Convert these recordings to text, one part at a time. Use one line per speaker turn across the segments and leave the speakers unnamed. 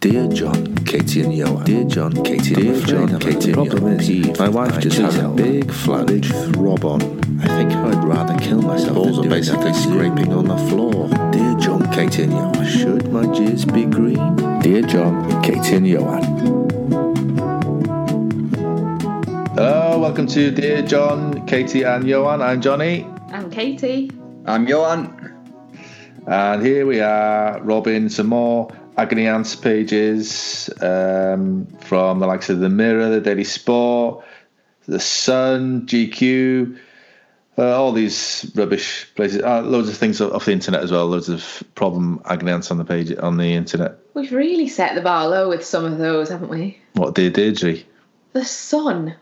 Dear John, Katie and Johan. Dear John, Katie and
Dear John, Katie and
Problem
Johan.
is,
My wife just
I
had a
tell-
big flange throb on.
I think I'd rather kill myself.
Balls
than
are
do
basically
that.
scraping on the floor.
Dear John, Katie and Johan. Should my jizz be green? Dear John, Katie and Johan.
Hello, Oh, welcome to Dear John, Katie, and Johan. I'm Johnny,
I'm Katie.
I'm Johan.
and here we are robbing some more agony ants pages um, from the likes of the Mirror, the Daily Sport, the Sun, GQ. Uh, all these rubbish places, uh, loads of things off the internet as well. Loads of problem agony ants on the page on the internet.
We've really set the bar low with some of those, haven't we?
What dear Deirdre?
The sun.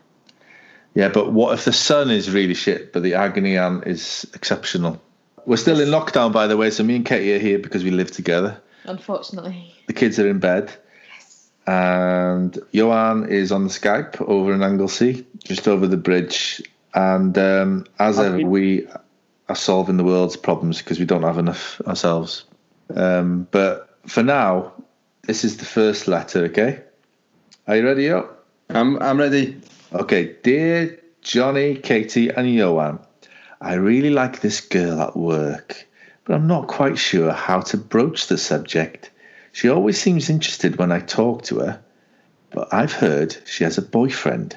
Yeah, but what if the sun is really shit, but the agony ant is exceptional? We're still in lockdown, by the way, so me and Katie are here because we live together.
Unfortunately,
The kids are in bed. And Johan is on the Skype over in Anglesey, just over the bridge. And um, as ever, we are solving the world's problems because we don't have enough ourselves. Um, but for now, this is the first letter, okay? Are you ready, Yo?
I'm I'm ready.
Okay, dear Johnny, Katie, and Johan, I really like this girl at work, but I'm not quite sure how to broach the subject. She always seems interested when I talk to her, but I've heard she has a boyfriend.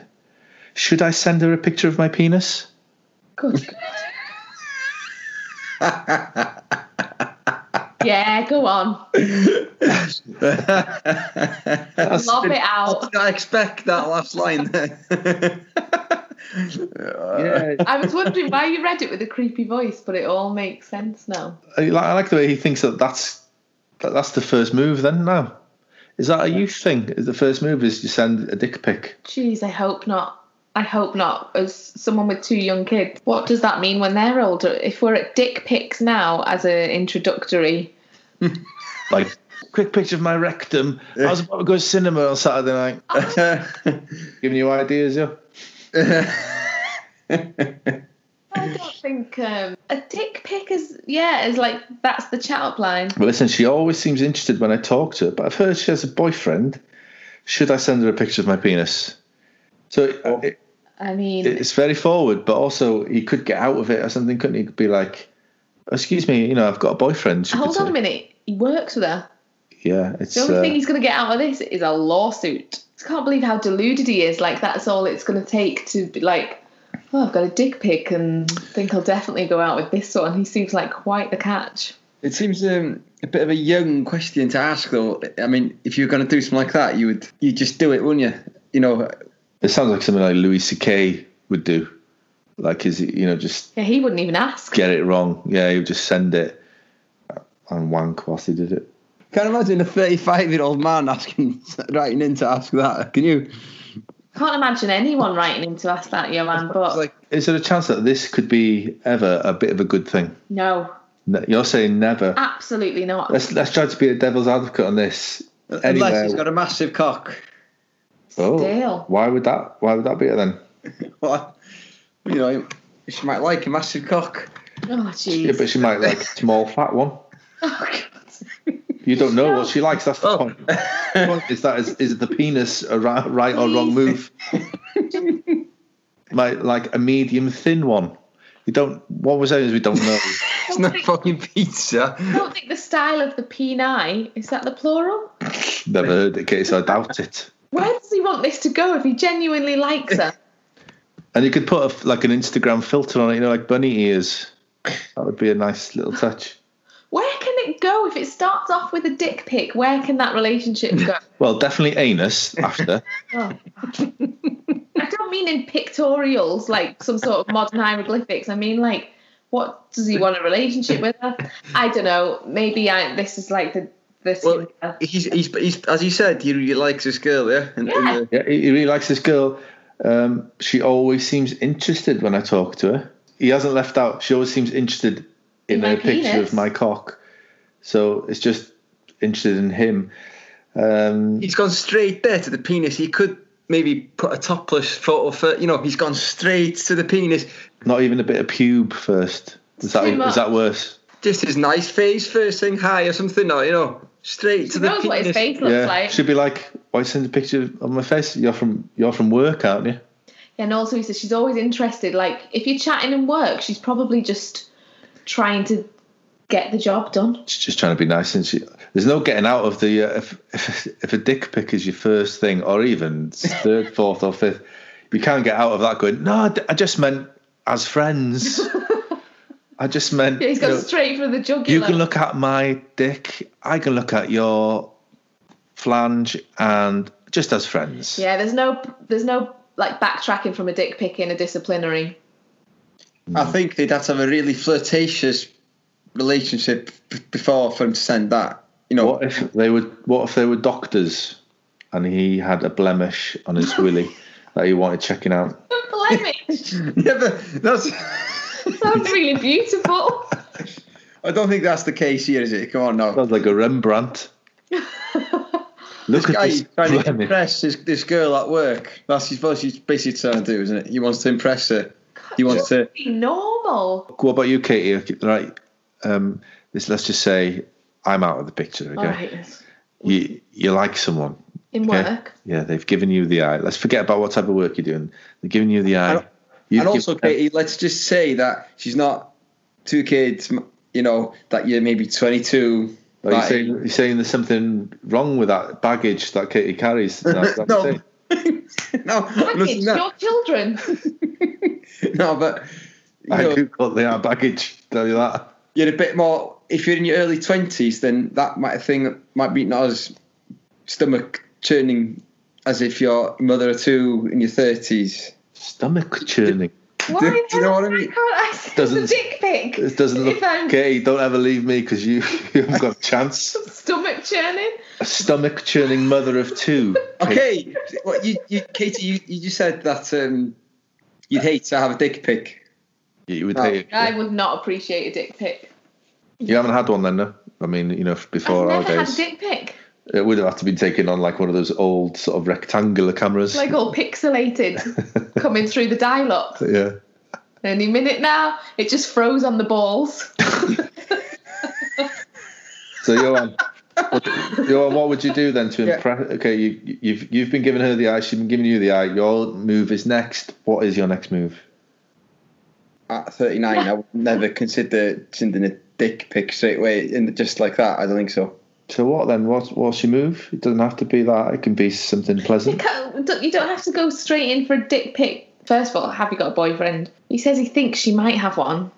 Should I send her a picture of my penis?
good. yeah, go on.
That's-
Lob it
How
out.
did I expect that last line there?
yeah,
I was wondering why you read it with a creepy voice, but it all makes sense now.
I like, I like the way he thinks that that's that that's the first move. Then now, is that a youth thing? Is the first move is you send a dick pic?
Jeez, I hope not. I hope not. As someone with two young kids, what does that mean when they're older? If we're at dick pics now as an introductory,
like quick picture of my rectum. I was about to go to cinema on Saturday night. Giving you ideas, yeah.
I don't think um, a dick pic is yeah is like that's the chat up line.
But listen, she always seems interested when I talk to her. But I've heard she has a boyfriend. Should I send her a picture of my penis? So
Oh.
it,
I mean,
it's very forward, but also he could get out of it or something, couldn't he? Be like, "Oh, "Excuse me, you know, I've got a boyfriend." she
hold
could
on a
say.
minute. He works with her.
Yeah, it's
The only
uh,
thing he's going to get out of this is a lawsuit. I can't believe how deluded he is. Like that's all it's going to take to be like, oh, I've got a dick pic and think I'll definitely go out with this one. He seems like quite the catch.
it seems um, a bit of a young question to ask, though. I mean, if you were going to do something like that, you would you just do it, wouldn't you? You know,
it sounds like something like Louis C.K. would do. Like, is it you know just
Yeah, he wouldn't even ask.
get it wrong. Yeah, he would just send it and wank whilst he did it.
can't imagine a 35 year old man asking, writing in to ask that. Can you?
Can't imagine anyone writing him to ask that, Johan.
It's
But
like,
Is there a chance that this could be ever a bit of a good thing?
no,
No, You're saying never.
absolutely not.
Let's let's try to be the devil's advocate on this.
unless
Anywhere-
he's got a massive cock.
oh,
Still.
why would that? Why would that be it then?
Well, you know, she might like a massive cock.
Oh jeez.
Yeah, but she might like a small fat one.
Oh, God.
You don't know what she likes. That's the
Oh.
point. The point is that is, is the penis a right, right or wrong move? might like a medium thin one. You don't. What we're saying is we don't know.
It's not fucking pizza.
I don't think the style of the P9 is that the plural.
Never heard it, Katie. So I doubt it.
Where does he want this to go if he genuinely likes her?
And you could put a f like an Instagram filter on it, you know, like bunny ears. That would be a nice little touch.
Where can it go if it starts off with a dick pic? Where can that relationship go?
Well, definitely anus after.
Oh. I don't mean in pictorials, like some sort of modern hieroglyphics. I mean, like, what does he want a relationship with her? I don't know. Maybe I, this is like the this.
Well, he's, he's, he's as you said, he really likes this girl, yeah. And,
Yeah.
and, uh,
yeah, he he really likes this girl. Um, she always seems interested when I talk to her. He hasn't left out. She always seems interested in,
In my
a picture
penis.
of my cock. So it's just interested in him. Um,
he's gone straight there to the penis. He could maybe put a topless photo for you know. He's gone straight to the penis.
not even a bit of pube first. Is that
Too much.
is that worse?
Just his nice face, first thing, hi or something, or you know, straight
She
to the
knows what his
penis.
face looks
yeah,
like.
should be like, why send a picture of my face? You're from you're from work, aren't you?
And also, he says she's always interested. Like, if you're chatting in work, she's probably just trying to get the job done.
She's just trying to be nice, and she there's no getting out of the uh, if, if if a dick pic is your first thing, or even third, fourth, or fifth, you can't get out of that. Going, no, I d- I just meant as friends. I just meant
Yeah, he's
you
gone
know,
straight for the
you
jugular.
can look at my dick, I can look at your flange, and just as friends.
yeah, there's no, there's no like backtracking from a dick pic in a disciplinary.
I think they'd have to have a really flirtatious relationship b- before for him to send that. You know,
What if they were? What if they were doctors, and he had a blemish on his willy that he wanted checking out?
Blemish.
yeah, but that's.
Sounds really beautiful.
I don't think that's the case here, is it? Come on now.
Sounds like a Rembrandt. Look at
guy
this
he's trying to
blemish.
impress this, this girl at work. That's his what he's basically trying to do, isn't it? He wants to impress her. He wants to.
Be normal.
What about you, Katie? If you- Right, um, this. Let's just say I'm out of the picture. Okay,
All right.
you you like someone.
In
okay?
work.
Yeah, they've given you the eye. Let's forget about what type of work you're doing. They're giving you the eye.
And-
You've
and also,
given-
Katie, let's just say that she's not two kids. m- You know that you're maybe 22.
Are you
like-
saying, you're saying there's something wrong with that baggage that Katie carries? That's what I'm
no,
saying.
no, I'm not
Baggage,
saying
your
that.
children.
no, but you
I
know,
googled the baggage. Tell you that.
you're a bit more. If you're in your early 20s, then that might thing might be not as stomach churning as if you're a mother or two in your 30s.
Stomach churning.
Why
Do- do you know what I
the
mean?
heck Can't I see
Doesn't-
the dick pic?
It doesn't look.
If I'm
Katie, don't ever leave me because you you haven't got a chance.
stomach churning.
A stomach churning mother of two.
Okay, what you, you, Katie, you, you just said that um, you'd hate to have a dick pic.
Katie, you would
Oh.
hate
I
it.
would not appreciate a dick pic.
You haven't had one then, no? I mean, you know, before
I've
our
never had a
days,
dick pic.
it would have had to be taken on like one of those old sort of rectangular cameras.
Like all pixelated coming through the dial-up.
yeah.
Any minute now, it just froze on the balls.
So Johan, what, Johan, what would you do then to
Yeah.
impress? Okay, you, you've you've been giving her the eye. She's been giving you the eye. Your move is next. What is your next move?
At 39, I would never consider sending a dick pic straight away, and just like that, I don't think so.
So what then? What's what's your move? It doesn't have to be that. It can be something
You
pleasant.
can't- don't- you don't have to go straight in for a dick pic. First of all, have you got a boyfriend? He says he thinks she might have one.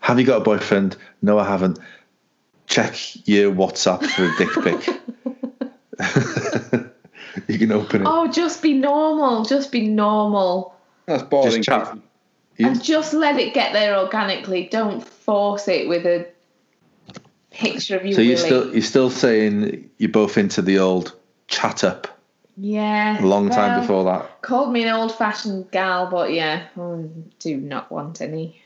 Have you got a boyfriend? No, I haven't. Check your WhatsApp for a dick pic. you can open it.
Oh, just be normal. Just be normal.
That's boring.
Just chat.
Katie.
And just let it get there organically. Don't force it with a picture of you.
So
willy.
you're still you're still saying you're both into the old chat up.
yeah.
A long
well,
time before that.
Called me an old-fashioned gal, but yeah, I do not want any.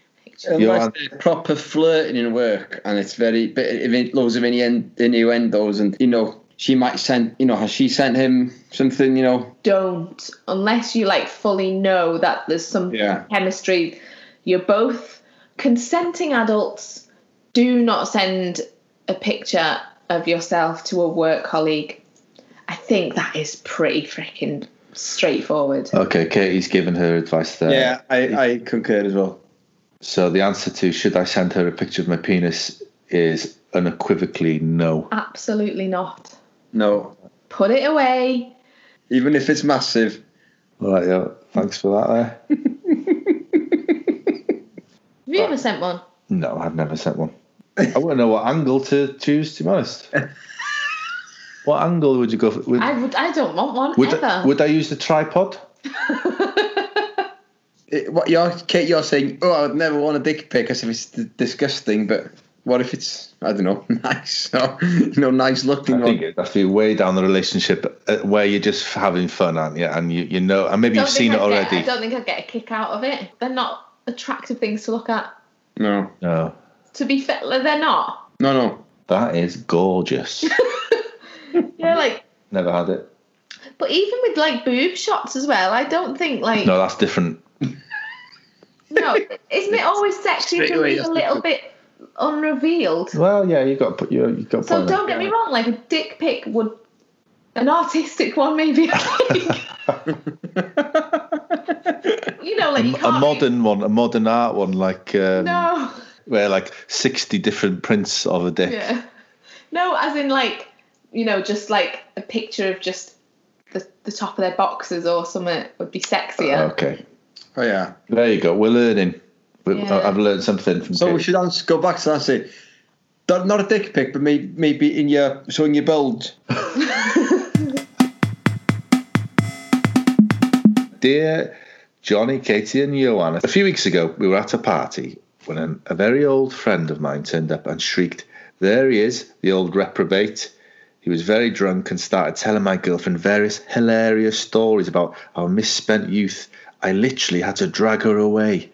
Unless
Johan.
they're proper flirting in work, and it's very bit of in- loads of innuend- innuendos, and you know, she might send, you know, has she sent him something, you know?
Don't unless you like fully know that there's some
Yeah.
chemistry. You're both consenting adults. Do not send a picture of yourself to a work colleague. I think that is pretty freaking straightforward.
Okay, Katie's given her advice there.
Yeah, I, I concur as well.
So the answer to should I send her a picture of my penis is unequivocally no.
Absolutely not.
No,
Put it away.
even if it's massive,
All right, yeah, thanks for that there. Uh,
Have you ever sent one?
No, I've never sent one. I wouldn't know what angle to choose, to be honest. what angle would you go for? Would,
I would. I don't want one
would, I,
ever.
would I use the tripod?
it, what you're Kate, you're saying, oh, I would never want a dick pic as if it's d- disgusting, but what if it's I don't know, nice, or, you know, nice looking
I think
one?
it'd have to be way down the relationship uh, where you're just having fun, aren't you? And you, you know, and maybe
Don't
you've seen
think I'd
it
get-
already.
I don't think I'd get a kick out of it. They're not attractive things to look at.
No,
No,
To be fair, they're not.
no, no.
that is gorgeous.
Yeah, like.
never had it.
But even with like boob shots as well, I don't think like
No, that's different.
No, isn't it always sexy
Straight
to
away,
leave
that's
a little
different.
bit unrevealed?
Well, yeah, you got put. You got. a
So
point there.
don't get me wrong, like a dick pic would, an artistic one maybe. I think. you know, like you
a
can't
modern one, a modern art one, like um,
No,
where like sixty different prints of a dick.
yeah, no, as in like you know, just like a picture of just the the top of their boxes or something would be sexier.
Okay,
Oh yeah.
there you go. We're learning. We,
Yeah.
I've learned something from.
So we
Kate.
should answer, go back to that. and Say, not, not a dick pic, but maybe, maybe in your showing your bulge.
Dear Johnny, Katie, and Joanna, a few weeks ago we were at a party when an, a very old friend of mine turned up and shrieked, There he is, the old reprobate. He was very drunk and started telling my girlfriend various hilarious stories about our misspent youth. I literally had to drag her away.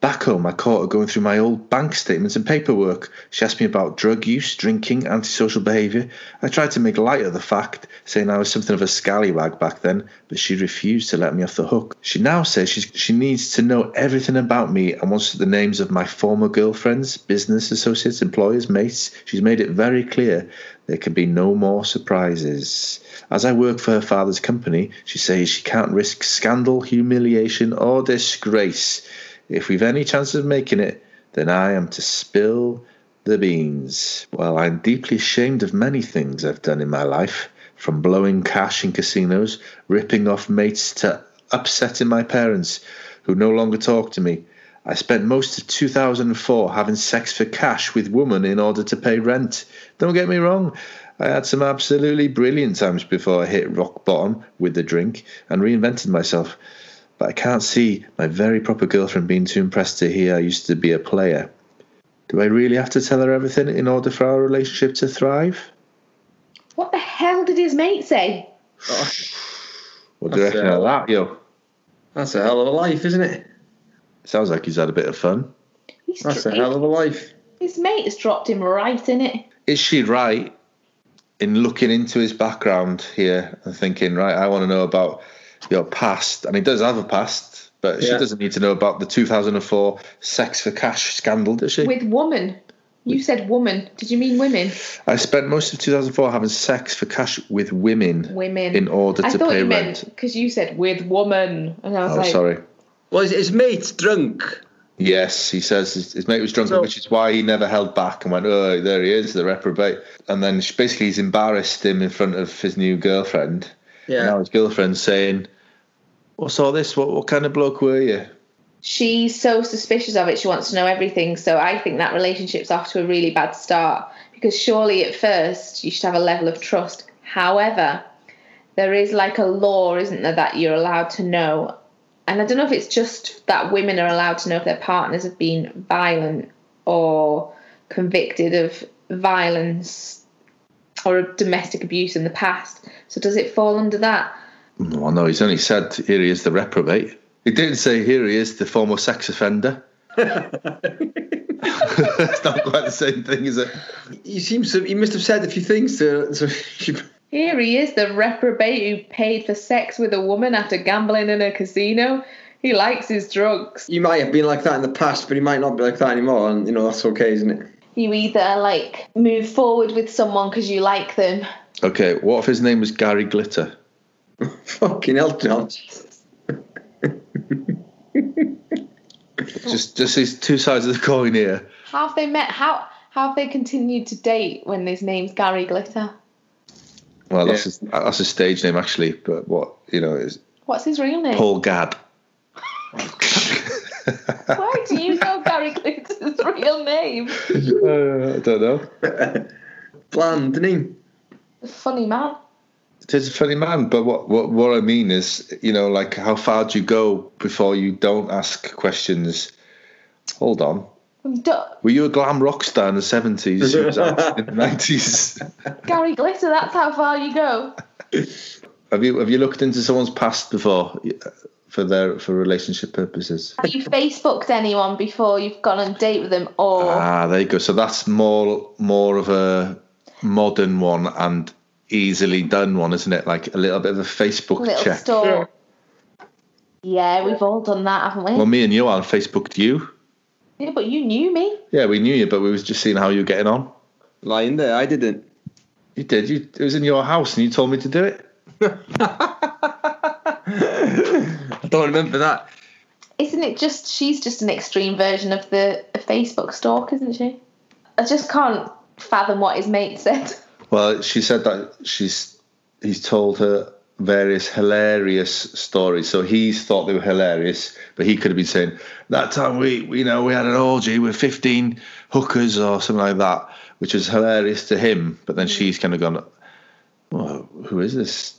Back home, I caught her going through my old bank statements and paperwork. She asked me about drug use, drinking, antisocial behaviour. I tried to make light of the fact, saying I was something of a scallywag back then, but she refused to let me off the hook. She now says she's, she needs to know everything about me and wants the names of my former girlfriends, business associates, employers, mates. She's made it very clear there can be no more surprises. As I work for her father's company, she says she can't risk scandal, humiliation, or disgrace. If we've any chance of making it, then I am to spill the beans. Well, I'm deeply ashamed of many things I've done in my life, from blowing cash in casinos, ripping off mates, to upsetting my parents, who no longer talk to me. I spent most of 2004 having sex for cash with women in order to pay rent. Don't get me wrong, I had some absolutely brilliant times before I hit rock bottom with the drink and reinvented myself but I can't see my very proper girlfriend being too impressed to hear I used to be a player. Do I really have to tell her everything in order for our relationship to thrive?
What the hell did his mate say?
What do you
That's,
reckon
uh,
of that, yo?
That's a hell of a life, isn't it?
Sounds like he's had a bit of fun.
He's
That's
dro-
a hell of a life.
his mate has dropped him right in it.
Is she right in looking into his background here and thinking, right, I want to know about your past? And he does have a past, but she
Yeah.
doesn't need to know about the 2004 sex for cash scandal, does she?
with woman. You said woman. Did you mean women?
I spent most of 2004 having sex for cash with women.
Women.
In order
I
to
thought
pay
you
rent.
meant because you said with woman, and I was
Oh,
like,
sorry.
Well, his, his mate drunk.
Yes, he says his, his mate was drunk,
So-
which is why he never held back and went, "Oh, there he is, the reprobate." And then she, basically, he's embarrassed him in front of his new girlfriend.
Yeah.
Now his girlfriend's saying, "What's all this? What what kind of bloke were you?"
she's so suspicious of it. She wants to know everything. So I think that relationship's off to a really bad start because surely at first you should have a level of trust. However, there is like a law, isn't there, that you're allowed to know. And I don't know if it's just that women are allowed to know if their partners have been violent or convicted of violence or of domestic abuse in the past. So does it fall under that?
Well, no, he's only said, "Here he is, the reprobate." He didn't say, "Here he is, the former sex offender." it's not quite the same thing, is it?
He seems to. He must have said a few things to. to she,
Here he is, the reprobate who paid for sex with a woman after gambling in a casino. He likes his drugs.
he might have been like that in the past, but he might not be like that anymore. And you know that's okay, isn't it?
You either like move forward with someone because you like them.
Okay, what if his name was Gary Glitter?
Fucking hell, John. Oh.
Just just his two sides of the coin here.
How have they met? How, how have they continued to date when his name's Gary Glitter?
Well, that's
Yeah.
his, that's his stage name actually, but what you know is
What's his real name?
Paul Gadd.
Why do you know Gary Glitter's real name?
Uh, I don't know.
Bland, didn't he?
Funny man.
It is a funny man, but what, what what I mean is, you know, like how far do you go before you don't ask questions? Hold on,
Duh,
were you a glam rock star in the seventies? in the nineties?
Gary Glitter, that's how far you go.
Have you have you looked into someone's past before uh, for their for relationship purposes?
Have you Facebooked anyone before you've gone on a date with them or
Ah, there you go. So that's more more of a modern one and easily done one, isn't it? Like a little bit of a Facebook
little
check.
store? Yeah, we've all done that, haven't we?
Well, me and Johan Facebooked you.
yeah, but you knew me.
Yeah, we knew you, but we was just seeing how you were getting on.
Lying there, I didn't.
You did. You, it was in your house, and you told me to do it.
I don't remember that.
Isn't it just she's just an extreme version of the Facebook stalk, isn't she? I just can't fathom what his mate said.
Well, she said that she's he's told her various hilarious stories. So he's thought they were hilarious, but he could have been saying that time we you know we had an orgy with fifteen hookers or something like that, which was hilarious to him. But then she's kind of gone, well, who is this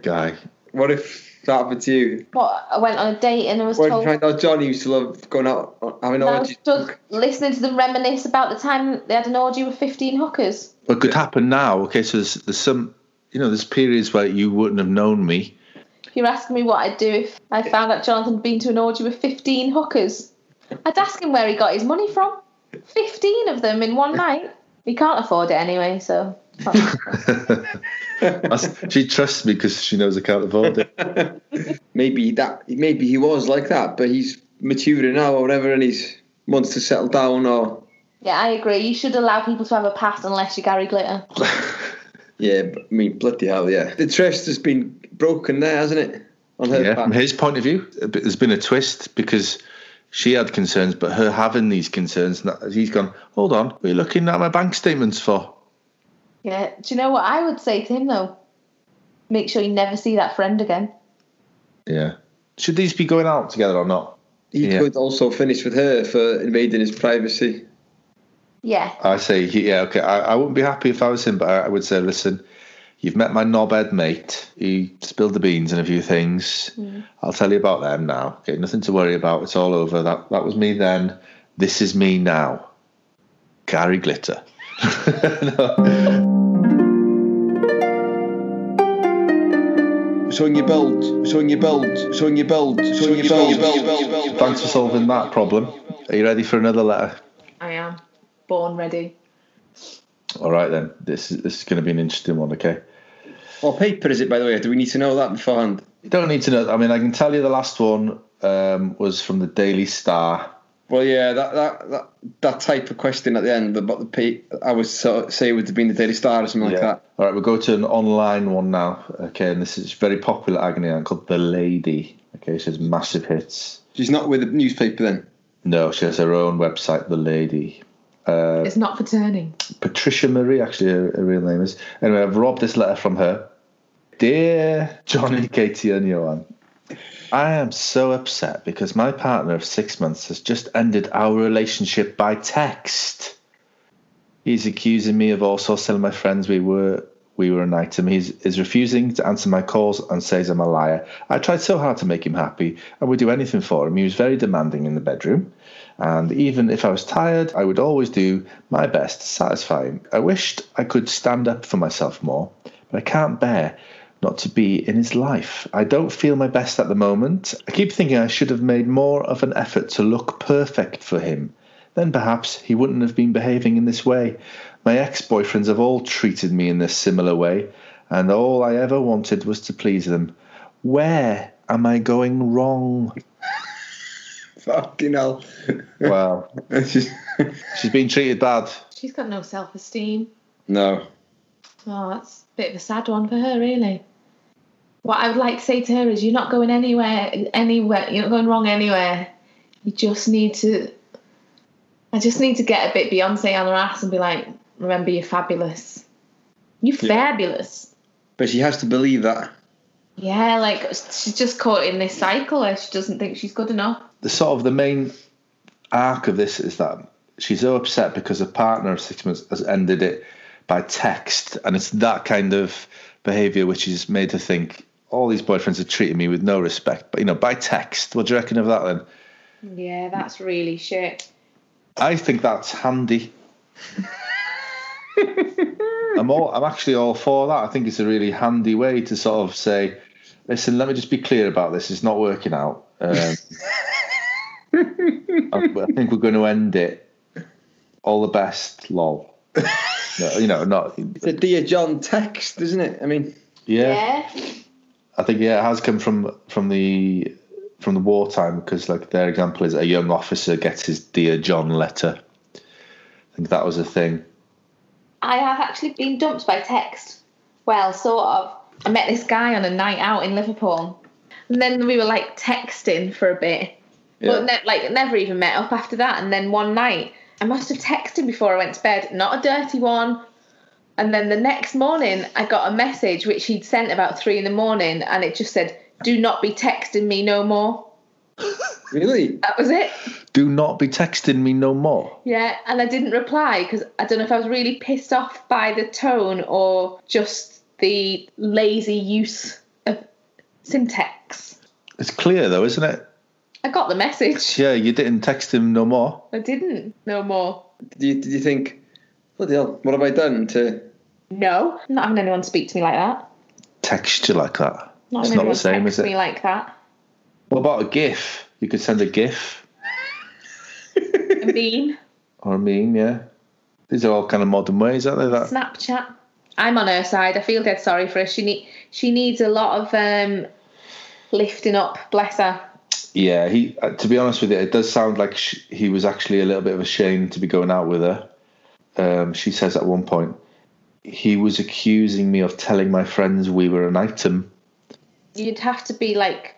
guy?
What if that happened to you?
What I went on a date and I was
What if you
told
find out Johnny used to love going out having
and I
orgies?
was just listening to them reminisce about the time they had an orgy with fifteen hookers.
What could happen now? Okay, so there's, there's some you know there's periods where you wouldn't have known me.
If you're asking me what I'd do if I found out Jonathan had been to an orgy with fifteen hookers, I'd ask him where he got his money from. Fifteen of them in one night. He can't afford it anyway, so.
That's- she trusts me because she knows I can't afford it.
Maybe that maybe he was like that, but he's maturing now or whatever and he's wants to settle down or
Yeah, I agree. You should allow people to have a past unless you're Gary Glitter.
yeah, but, I mean bloody hell, yeah. The trust has been broken there, hasn't it? On her
yeah,
part.
from his point of view, a bit- there's been a twist because she had concerns, but her having these concerns, that- he's gone. Hold on, what are you looking at my bank statements for?
Yeah. Do you know what I would say to him though? Make sure you never see that friend again.
Yeah, should these be going out together or not?
He
Yeah.
could also finish with her for invading his privacy.
Yeah.
I say, he- yeah, okay. I, I wouldn't be happy if I was him, but I, I would say, listen, you've met my knobhead mate. He spilled the beans and a few things. I'll tell you about them now. Okay, nothing to worry about. It's all over. That that was me then. This is me now. Gary Glitter. No.
Showing your build, showing your build, showing your build, showing your build.
Thanks for solving that problem. Are you ready for another letter?
I am. Born ready.
All right then. This is this is going to be an interesting one. Okay.
What paper is it, by the way? Do we need to know that beforehand?
You don't need to know. I mean, I can tell you the last one um, was from the Daily Star.
Well, yeah, that that, that, that type of question at the end about the pa- I would sort of say would have been the Daily Star or something like that.
All right, we'll go to an online one now. Okay, and this is very popular agony aunt called The Lady. Okay, she has massive hits.
She's not with the newspaper then.
No, she has her own website, The Lady.
It's not for turning.
Patricia Marie, actually, her, her real name is. Anyway, I've robbed this letter from her. Dear Johnny, Katie, and Johan, I am so upset because my partner of six months has just ended our relationship by text. He's accusing me of also telling my friends we were we were an item. He's is refusing to answer my calls and says I'm a liar. I tried so hard to make him happy and would do anything for him. He was very demanding in the bedroom. And even if I was tired, I would always do my best to satisfy him. I wished I could stand up for myself more, but I can't bear not to be in his life. I don't feel my best at the moment. I keep thinking I should have made more of an effort to look perfect for him. Then perhaps he wouldn't have been behaving in this way. My ex boyfriends have all treated me in this similar way, and all I ever wanted was to please them. Where am I going wrong?
Fucking hell.
Well,
She's-
she's been treated bad.
She's got no self esteem.
no.
Oh, that's a bit of a sad one for her, really. What I would like to say to her is, you're not going anywhere, anywhere. You're not going wrong anywhere. You just need to. I just need to get a bit Beyonce on her ass and be like, remember, you're fabulous. You're fabulous.
But she has to believe that.
Yeah, like she's just caught in this cycle where she doesn't think she's good enough.
the sort of the main arc of this is that she's so upset because her partner of six months has ended it by text, and it's that kind of behaviour which has made her think all these boyfriends are treating me with no respect. But you know, by text, what do you reckon of that? Then
Yeah, that's really shit.
I think that's handy. I'm all, I'm actually all for that. I think it's a really handy way to sort of say, listen, let me just be clear about this. It's not working out. Um, I, I think we're going to end it. All the best, lol. No, you know, not
It's a Dear John text, isn't it? I mean,
yeah. I think yeah, it has come from from the from the wartime because like their example is a young officer gets his dear John letter. I think that was a thing.
I have actually been dumped by text. Well, sort of.
I met this guy on a night out in Liverpool, and then we were like texting for a bit, but ne- like never even met up after that. And then one night, I must have texted before I went to bed, not a dirty one. And then the next morning, I got a message which he'd sent about three in the morning, and it just said, "Do not be texting me no more."
Really?
That was it.
Do not be texting me no more.
Yeah, and I didn't reply because I don't know if I was really pissed off by the tone or just the lazy use of syntax.
It's clear though, isn't it?
I got the message.
Yeah, you didn't text him no more.
I didn't. No more.
Do you, did you think, bloody hell, what have I done to?
No, I'm not having anyone speak to me like that.
Text you like that.
Not
it's not
having
the
anyone
same, is
text
it?
me like that.
What about a GIF? You could send a GIF
I mean,
or a meme, yeah. These are all kind of modern ways, aren't they? That
Snapchat. I'm on her side. I feel dead sorry for her. She need she needs a lot of um, lifting up. Bless her.
yeah. He, uh, to be honest with you, it does sound like sh- he was actually a little bit of ashamed to be going out with her. Um, she says at one point, he was accusing me of telling my friends we were an item.
You'd have to be like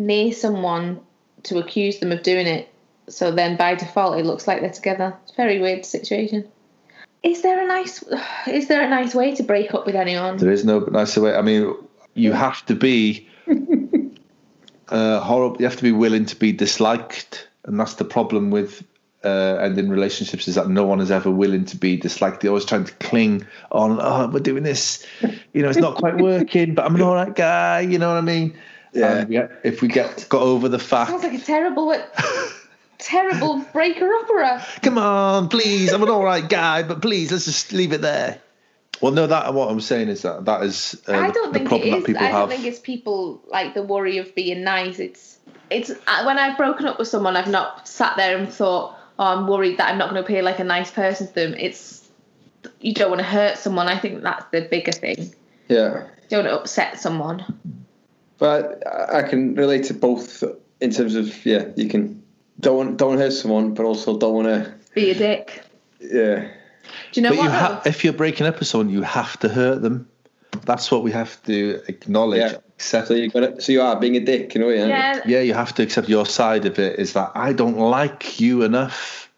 near someone to accuse them of doing it. So then by default, it looks like they're together. It's a very weird situation. Is there a nice is there a nice way to break up with anyone?
There is no nicer way. I mean, you have to be uh, horrible. You have to be willing to be disliked, and that's the problem with uh, ending relationships is that no one is ever willing to be disliked. They're always trying to cling on. Oh, we're doing this. You know, it's not quite working, but I'm an all right guy. You know what I mean?
Yeah.
And we- if we get got over the
Sounds
fact,
like a terrible terrible breaker upper.
come on, please, I'm an all right guy, but please, let's just leave it there. Well, no, that what I'm saying is that that is uh,
I don't
the
think it
problem
is.
that people
I don't
have.
think it's people like the worry of being nice. It's it's I- when I've broken up with someone, I've not sat there and thought, oh, I'm worried that I'm not going to appear like a nice person to them. It's you don't want to hurt someone. I think that's the bigger thing. You
Yeah.
don't want to upset someone.
But I I can relate to both in terms of yeah, you can don't want, don't want to hurt someone, but also don't want to
Be a dick.
yeah.
Do you know
But
what?
you
though?
ha- if you're breaking up with someone, you have to hurt them. That's what we have to acknowledge.
Yeah.
Accept.
So you got to, so you are being a dick in a way. Aren't
yeah,
yeah, you have to accept your side of it. Is that I don't like you enough.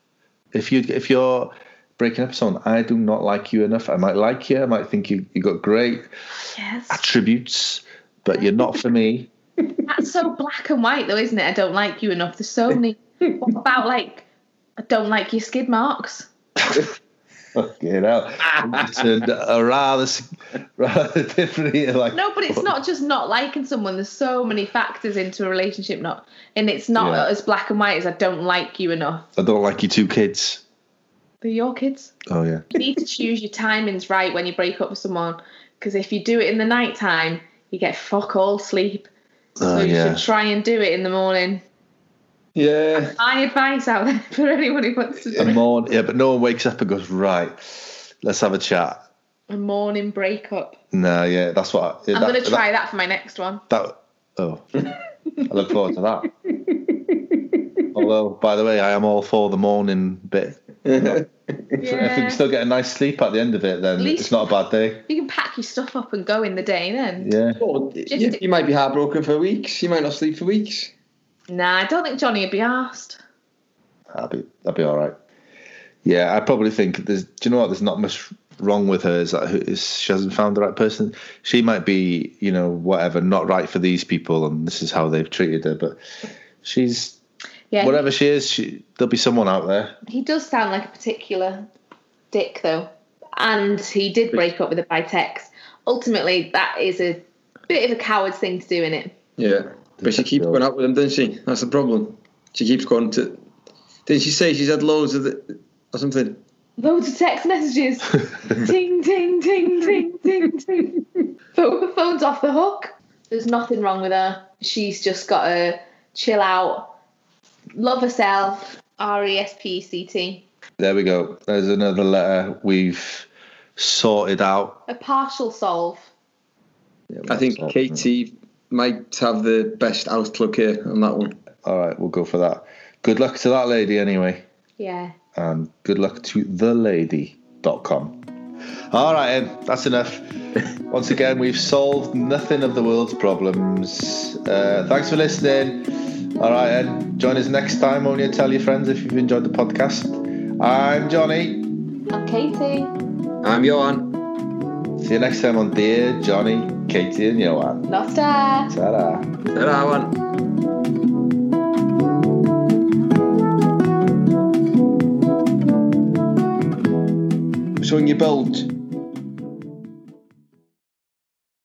If you if you're breaking up with someone, I do not like you enough. I might like you. I might think you you got great
yes.
attributes, but you're not for me.
That's so black and white, though, isn't it? I don't like you enough. There's so many. what about like, I don't like your skid marks.
Fucking hell! Turned a rather s- rather different. here, Like
No, but it's not just not liking someone. There's so many factors into a relationship, not and it's not
Yeah.
as black and white as I don't like you enough.
I don't like you two kids.
They're your kids.
Oh yeah.
You need to choose your timings right when you break up with someone, because if you do it in the night time, you get fuck all sleep. So
Oh
you
yeah.
should try and do it in the morning.
you? Yeah.
My advice out there for anyone who wants to
a
do
morning. Yeah, but no one wakes up and goes, right, let's have a chat.
a morning breakup.
No, yeah, that's what. I, yeah,
I'm
that-
gonna try that for my next one.
That, that- oh, I look forward to that. Although, by the way, I am all for the morning bit. If we
Yeah.
can still get a nice sleep at the end of it, then
At least-
it's not a bad day.
You can pack your stuff up and go in the day then.
Yeah.
Well, you, you might be heartbroken for weeks. You might not sleep for weeks.
Nah, I don't think Johnny would be asked.
I'll be I'll be all right. Yeah, I probably think there's. Do you know what? There's not much wrong with her. Is that who- is she hasn't found the right person? She might be, you know, whatever, not right for these people, and this is how they've treated her. But she's
Yeah,
whatever she is. She, there'll be someone out there.
He does sound like a particular dick, though. And he did break up with her by text. Ultimately, that is a bit of a coward's thing to do, in it?
Yeah. But she keeps going out with him, doesn't she? That's the problem. She keeps going to. Didn't she say she's had loads of the, or something?
Loads of text messages. ding, ding, ding, ding, ding, ding. Phone, phone's off the hook. There's nothing wrong with her. She's just got to chill out, love herself. R E S P E C T.
There we go. There's another letter we've sorted out.
A partial solve.
I think Katie might have the best outlook here on that one.
All right, we'll go for that. Good luck to that lady anyway.
Yeah.
and good luck to thelady.com. All right, Em, that's enough. Once again, we've solved nothing of the world's problems. Uh, thanks for listening. All right, Em, join us next time. Only tell your friends if you've enjoyed the podcast. I'm Johnny.
And Katie.
I'm Johan.
See you next time on Dear Johnny, Katie, and Johan.
Not there.
Ta-ra.
Ta-ra, man. So in your bulge.